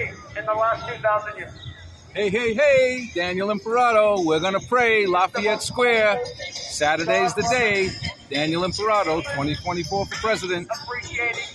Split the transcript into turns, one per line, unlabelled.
in the last 2,000 years.
Hey, hey, hey, Daniel Imperato, we're going to pray Lafayette Square. Saturday's the day. Daniel Imperato, 2024 for president.
Appreciating